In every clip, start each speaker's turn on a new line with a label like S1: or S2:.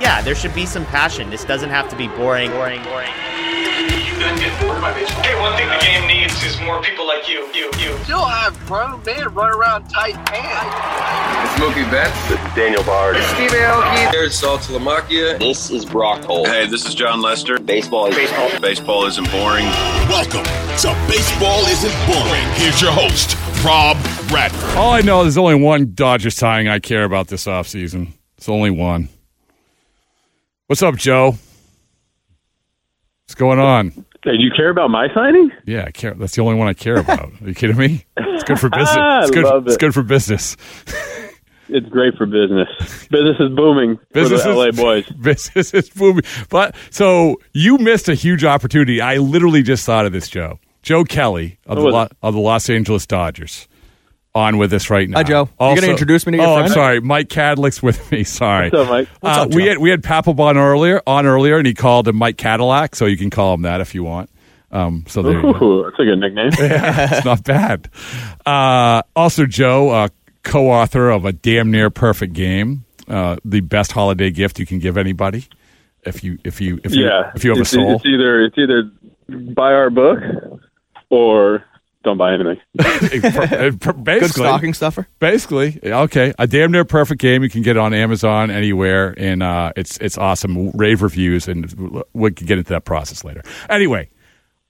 S1: Yeah, there should be some passion. This doesn't have to be boring, boring, boring.
S2: Hey, one thing the game needs is more people like you. You, you.
S3: Still have grown men run around tight pants.
S4: It's Mookie Betts.
S5: Daniel Bard.
S3: Steve Aoki.
S4: Jared Saltalamacchia.
S6: This is Brock Holt.
S7: Hey, this is John Lester.
S6: Baseball is baseball.
S7: Baseball isn't boring.
S8: Welcome to Baseball Isn't Boring. Here's your host, Rob Radford.
S9: All I know is there's only one Dodgers tying I care about this offseason. It's only one. What's up, Joe? What's going on?
S10: And you care about my signing?
S9: Yeah, I care. That's the only one I care about. Are you kidding me? It's good for business.
S10: I
S9: It's good,
S10: love
S9: it's
S10: it.
S9: good for business.
S10: It's great for business. Business is booming
S9: Business
S10: for
S9: is-
S10: the LA boys.
S9: business is booming. But so you missed a huge opportunity. I literally just thought of this, Joe. Joe Kelly of the,
S10: Who is
S9: Lo-
S10: it?
S9: of the Los Angeles Dodgers on with us right now.
S11: Hi, Joe. You gonna introduce me to your
S9: Oh, I'm
S11: friend?
S9: sorry. Mike Cadlick's with me. Sorry.
S10: What's up, Mike? What's
S9: uh,
S10: up,
S9: we
S10: Joe?
S9: had we had Papelbon earlier on earlier, and he called him Mike Cadillac, so you can call him that if you want. Um, so there you go.
S10: Ooh, that's a good nickname.
S9: it's not bad. Uh, also, Joe, uh, co author of A Damn Near Perfect Game, uh, the best holiday gift you can give anybody. If you if you if you
S10: yeah.
S9: if you have
S10: it's, e-,
S9: a soul,
S10: It's either it's either buy our book or don't buy anything.
S9: basically,
S11: Good stocking stuffer.
S9: basically, okay, a damn near perfect game. You can get it on Amazon anywhere, and uh, it's it's awesome. Rave reviews, and we can get into that process later. Anyway,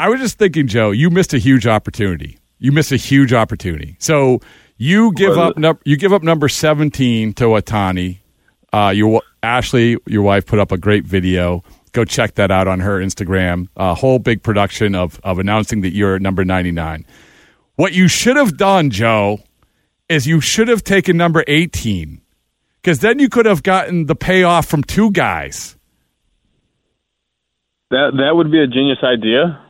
S9: I was just thinking, Joe, you missed a huge opportunity. You missed a huge opportunity. So you give
S10: Was
S9: up
S10: it?
S9: num- you give up number seventeen to Watani. Uh, your wa- Ashley, your wife, put up a great video. Go check that out on her Instagram. A whole big production of of announcing that you're number ninety nine. What you should have done, Joe, is you should have taken number 18 because then you could have gotten the payoff from two guys.
S10: That that would be a genius idea,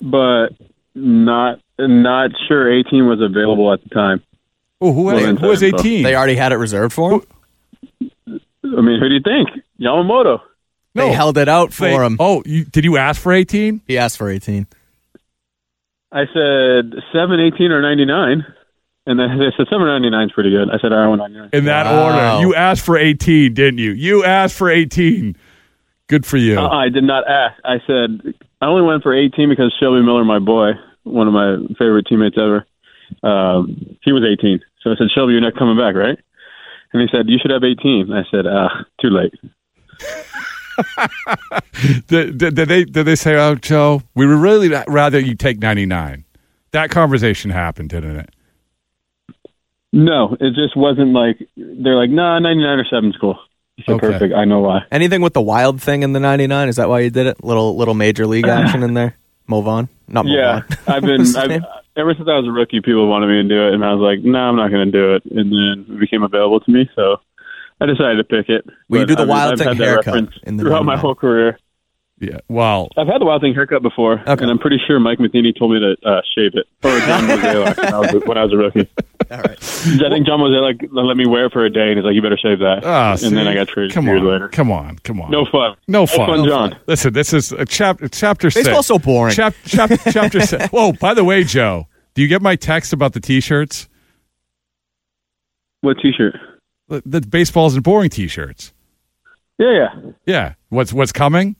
S10: but not not sure 18 was available at the time.
S9: Oh, who was,
S10: Well,
S9: who was
S10: then, so
S9: 18?
S11: They already had it reserved for him.
S10: I mean, who do you think? Yamamoto.
S11: They held it out for
S9: They-
S11: him.
S9: Oh, you, did you ask for 18?
S11: He asked for 18.
S10: I said 7, 18, or 99. And then they said 799 is pretty good. I said, all right, I want 99.
S9: In that
S11: Wow.
S9: order. You asked for 18, didn't you? You asked for 18. Good for you.
S10: Uh-uh, I did not ask. I said I only went for 18 because Shelby Miller, my boy, one of my favorite teammates ever, um, he was 18. So I said, Shelby, you're not coming back, right? And he said, you should have 18. I said, uh, too late.
S9: Did, did, did they, did they say, oh, Joe, we would really ra- rather you take 99? That conversation happened, didn't it?
S10: No, it just wasn't like they're like, nah, 99 or 7 is cool. I said,
S9: Okay.
S10: perfect. I know why.
S11: Anything with the wild thing in the 99? Is that why you did it? Little little major league action in there. Move on. Not move
S10: Yeah,
S11: on.
S10: I've
S11: What's
S10: been
S11: his
S10: I've,
S11: name?
S10: ever since I was a rookie. People wanted me to do it, and I was like, "No, I'm not going to do it." And then it became available to me, so I decided to pick it.
S11: Will you
S10: But
S11: do the
S10: I've-
S11: wild
S10: I've
S11: thing
S10: had that
S11: haircut
S10: reference
S11: in the
S10: throughout my
S11: moment?
S10: whole career.
S12: Yeah. Well,
S9: I've had the Wild Thing haircut before, and I'm pretty sure Mike Matheny told me to uh, shave it or John Mozeliak when, I was a- when I was a rookie. All right. I think John Mozeliak let me wear it for a day, and he's like, "You better shave that."
S12: Ah,
S9: and
S12: see?
S9: then I got traded
S12: Come
S9: two years
S12: on.
S9: later.
S12: Come on, come on.
S9: No fun.
S12: No fun.
S9: fun,
S12: No
S9: John.
S12: fun. Listen, this is a chap- chapter six.
S11: Baseball's so boring.
S12: Chap- chap- chapter six. Whoa, by the way, Joe, do you get my text about the t shirts?
S9: What T-shirt?
S12: The, the baseball's and boring t shirts.
S9: Yeah, yeah.
S12: Yeah. What's what's coming?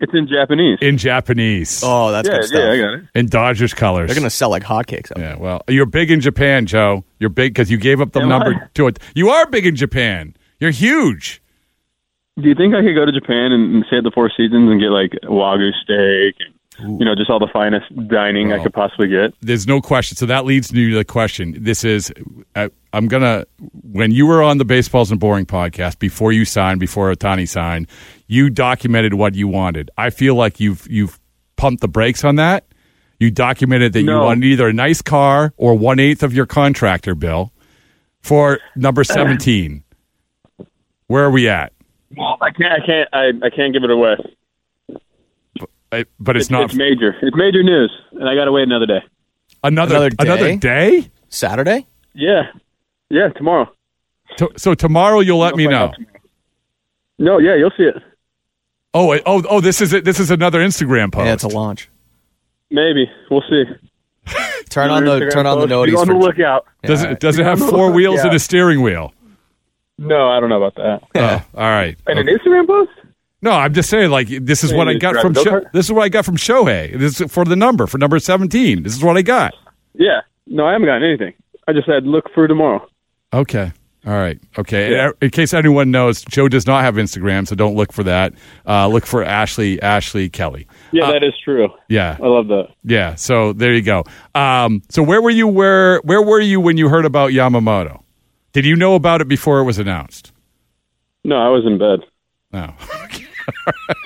S9: It's in Japanese.
S12: In Japanese.
S11: Oh, that's
S9: Yeah,
S11: good stuff.
S9: yeah, I got it.
S12: In Dodgers colors.
S11: They're gonna sell like hotcakes.
S12: Yeah, well, you're big in Japan, Joe. You're big because you gave up the
S9: Am
S12: number
S9: I?
S12: to it. You are big in Japan. You're huge.
S9: Do you think I could go to Japan and, and stay at the Four Seasons and get like wagyu steak and you know just all the finest dining I could possibly get?
S12: There's no question. So that leads to the question. This is, I, I'm going to, when you were on the Baseballs and Boring podcast, before you signed, before Otani signed, you documented what you wanted. I feel like you've, you've pumped the brakes on that. You documented that you
S9: No.
S12: wanted either a nice car or one eighth of your contractor bill for number 17. Where are we at?
S9: Well, I can't. I can't. I, I can't give it away.
S12: I- but it's, not
S9: It's major. It's major news, and I got to wait another day.
S12: another
S9: Another day?
S12: another day?
S11: Saturday?
S9: Yeah, yeah. Tomorrow.
S12: To- so tomorrow you'll let me know.
S9: No, yeah, you'll see it.
S12: Oh, wait, oh, oh! This is it. This is another Instagram post.
S11: Yeah, it's a launch.
S9: Maybe we'll see.
S11: Turn on the
S9: Instagram
S11: turn on the
S9: post. Be
S11: notice.
S9: on the lookout.
S12: Does
S11: Yeah.
S12: it does it have four wheels and a steering wheel?
S9: No, I don't know about that.
S12: Oh, all right.
S9: And
S12: Okay.
S9: an Instagram post?
S12: No, I'm just saying. Like this is
S9: Hey,
S12: what I
S9: you
S12: got
S9: drive
S12: from
S9: a go-kart?
S12: Sho- this is what I got from Shohei. This is for the number for number seventeen. This is what I got.
S9: Yeah. No, I haven't gotten anything. I just said look for tomorrow.
S12: Okay. All right. Okay. And In case anyone knows, Joe does not have Instagram, so don't look for that. Uh, look for Ashley Ashley Kelly. Uh,
S9: Yeah, that is true.
S12: Yeah.
S9: I love that.
S12: Yeah. So there you go. Um, so where were you? Where where were you when you heard about Yamamoto? Did you know about it before it was announced? Oh,
S9: No, I was in bed.
S12: No.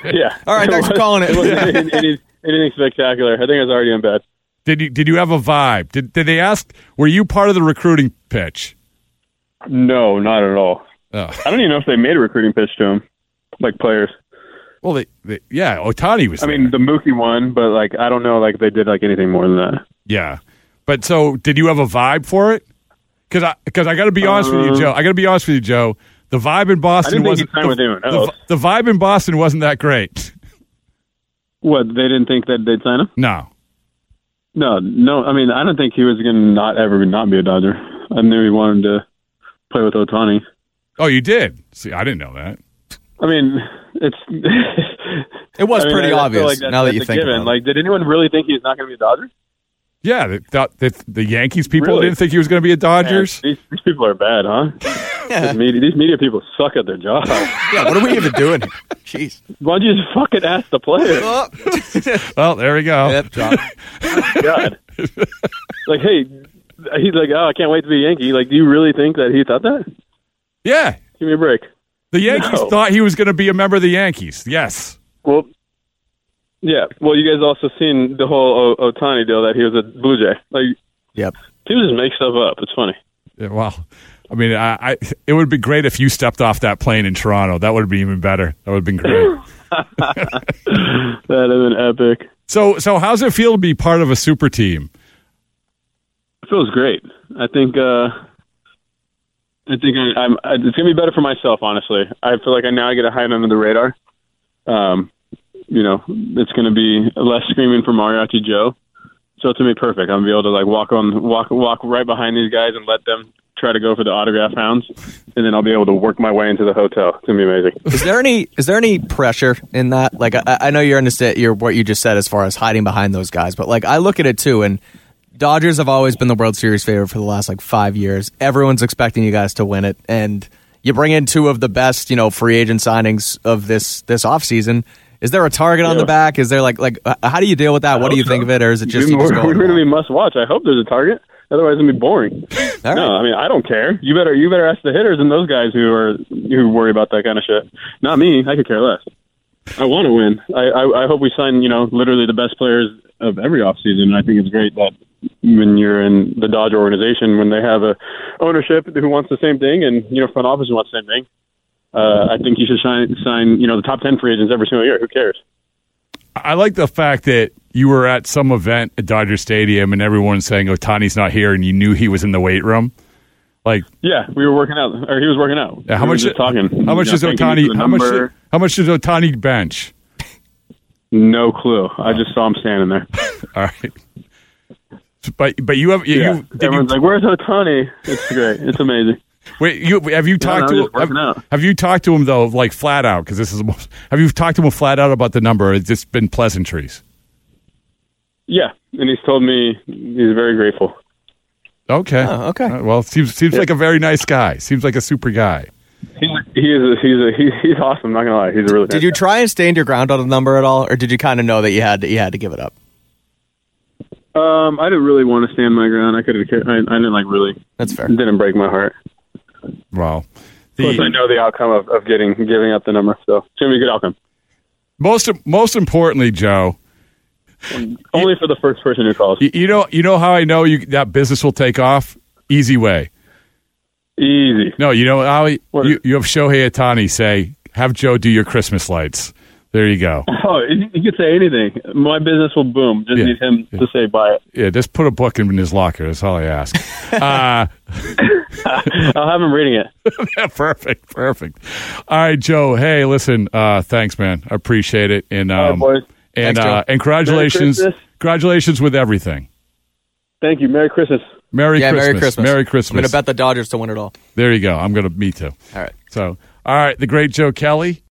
S9: Yeah.
S11: All right, thanks for
S9: was-
S11: calling it.
S9: wasn't any- any- anything spectacular. I think I was already in bed.
S12: Did you did you have a vibe? Did did they ask? Were you part of the recruiting pitch?
S9: No, not at all.
S12: Oh.
S9: I don't even know if they made a recruiting pitch to him, like players.
S12: Well, they, they yeah, Otani was.
S9: I
S12: there.
S9: mean, the Mookie one, but like I don't know, like if they did like anything more than that.
S12: yeah, but so did you have a vibe for it? Because I because I got to be honest with you,
S9: Um,
S12: Joe. I got to be honest with you, Joe. The vibe in Boston
S9: think
S12: wasn't
S9: he signed with
S12: the,
S9: anyone
S12: the-
S9: else.
S12: the vibe in Boston wasn't that great.
S9: What they didn't think that they'd sign him?
S12: No,
S9: No, no. I mean, I don't think he was going to not ever not be a Dodger. I knew he wanted to play with Otani.
S12: Oh, you did. See, I didn't know that.
S9: I mean, it's
S11: It was
S9: I mean,
S11: pretty
S9: I- I feel
S11: obvious,
S9: like that's-
S11: now that
S9: that's
S11: you
S9: a
S11: think
S9: given.
S11: about it.
S9: Like, did anyone really think he's not going to be a Dodger?
S12: Yeah, the, the, the, the Yankees people
S9: Really?
S12: didn't think he was going to be a Dodgers.
S9: Man, these, these people are bad, huh? these, media, these media people suck at their job.
S11: Yeah, what are we even doing? here? Jeez.
S9: Why don't you just fucking ask the player?
S11: Oh,
S12: Well, there we go.
S11: drop.
S9: God. like, hey, he's like, oh, I can't wait to be a Yankee. Like, do you really think that he thought that?
S12: Yeah,
S9: Give me a break.
S12: the Yankees
S9: No.
S12: thought he was going to be a member of the Yankees. Yes.
S9: Well, yeah. Well, you guys also seen the whole o- Otani deal that he was a Blue Jay. Like,
S11: Yep.
S9: people just make stuff up. It's funny.
S12: Yeah, well, I mean, I, I it would be great if you stepped off that plane in Toronto. That would have been even better. That would have been great.
S9: That is an epic.
S12: so, so how's it feel to be part of a super team?
S9: It feels great. I think uh, I think I, I'm. I, it's gonna be better for myself, honestly. I feel like I now get a hide under the radar. Um, you know, it's gonna be less screaming for Mariachi Joe. So it's gonna be perfect. I'm gonna be able to like walk on, walk, walk right behind these guys and let them try to go for the autograph hounds, and then I'll be able to work my way into the hotel. It's gonna be amazing.
S11: Is there any is there any pressure in that? Like I, I know you're understand your what you just said as far as hiding behind those guys, but like I look at it too, and Dodgers have always been the World Series favorite for the last like five years. Everyone's expecting you guys to win it, and you bring in two of the best you know free agent signings of this this offseason. Is there a target on the back? Is there like like uh, how do you deal with that? What do you think of it, or is it just,
S9: we,
S11: you just
S9: are
S11: go,
S9: gonna be must watch. I hope there's a target. Otherwise, it'll be boring. No, I mean I don't care. You better you better ask the hitters and those guys who are who worry about that kind of shit. Not me. I could care less. I want to win. I, I I hope we sign you know literally the best players of every offseason. And I think it's great that when you're in the Dodger organization, when they have a ownership who wants the same thing, and you know front office who wants the same thing. Uh, I think you should sign sign you know the top ten free agents every single year. Who cares?
S12: I like the fact that you were at some event at Dodger Stadium and everyone's saying Otani's not here, and you knew he was in the weight room. Like,
S9: yeah, we were working out, or he was working out.
S12: Yeah, how
S9: we
S12: much?
S9: Just talking?
S12: How much does Otani? How much? How much does Otani bench?
S9: No clue. I just saw him standing there.
S12: All right. But but you have you,
S9: yeah.
S12: you did you,
S9: Everyone's like, "Where's Otani?" It's great. It's amazing.
S12: wait you have you talked
S9: no, I'm just
S12: to
S9: working
S12: have,
S9: out.
S12: have you talked to him though like flat out because this is the most- have you talked to him flat out about the number or it's just been pleasantries
S9: Yeah, and he's told me he's very grateful.
S12: okay
S9: Oh, okay.
S12: Uh, well seems seems
S9: Yeah.
S12: like a very nice guy seems like a super guy
S9: He's he is a, he's a, he, he's awesome. Not gonna lie, he's a really.
S11: Did you try and stand your ground on the number at all, or did you kind of know that you had to, you had to give it up?
S9: Um, I didn't really want to stand my ground. I could have. I, I didn't like really.
S11: That's fair.
S9: Didn't break my heart.
S12: wow
S9: Plus, I know the outcome of, of getting giving up the number. So it's gonna be a good outcome.
S12: most most importantly Joe
S9: Only for the first person who calls.
S12: you, you know you know how I know you that business will take off easy way
S9: easy
S12: no you know how you you have Shohei Otani say have Joe do your Christmas lights there you go
S9: Oh, he he could say anything. My business will boom. Just need him to say buy it.
S12: yeah just put a book in his locker that's all I ask. Uh,
S9: I'll have him reading it.
S12: perfect, perfect. All right, Joe. Hey, listen. Uh, thanks, man. I appreciate it. And
S9: right,
S12: um,
S9: boys.
S12: and
S9: Thanks, Joe.
S12: uh, and congratulations,
S9: Merry Christmas.
S12: congratulations with everything.
S9: Thank you. Merry Christmas.
S12: Merry
S11: yeah,
S12: Christmas.
S11: Merry Christmas.
S12: Merry Christmas.
S11: I'm going to bet the Dodgers to win it all.
S12: There you go. I'm gonna. Me too.
S11: All right.
S12: So, all right. The great Joe Kelly.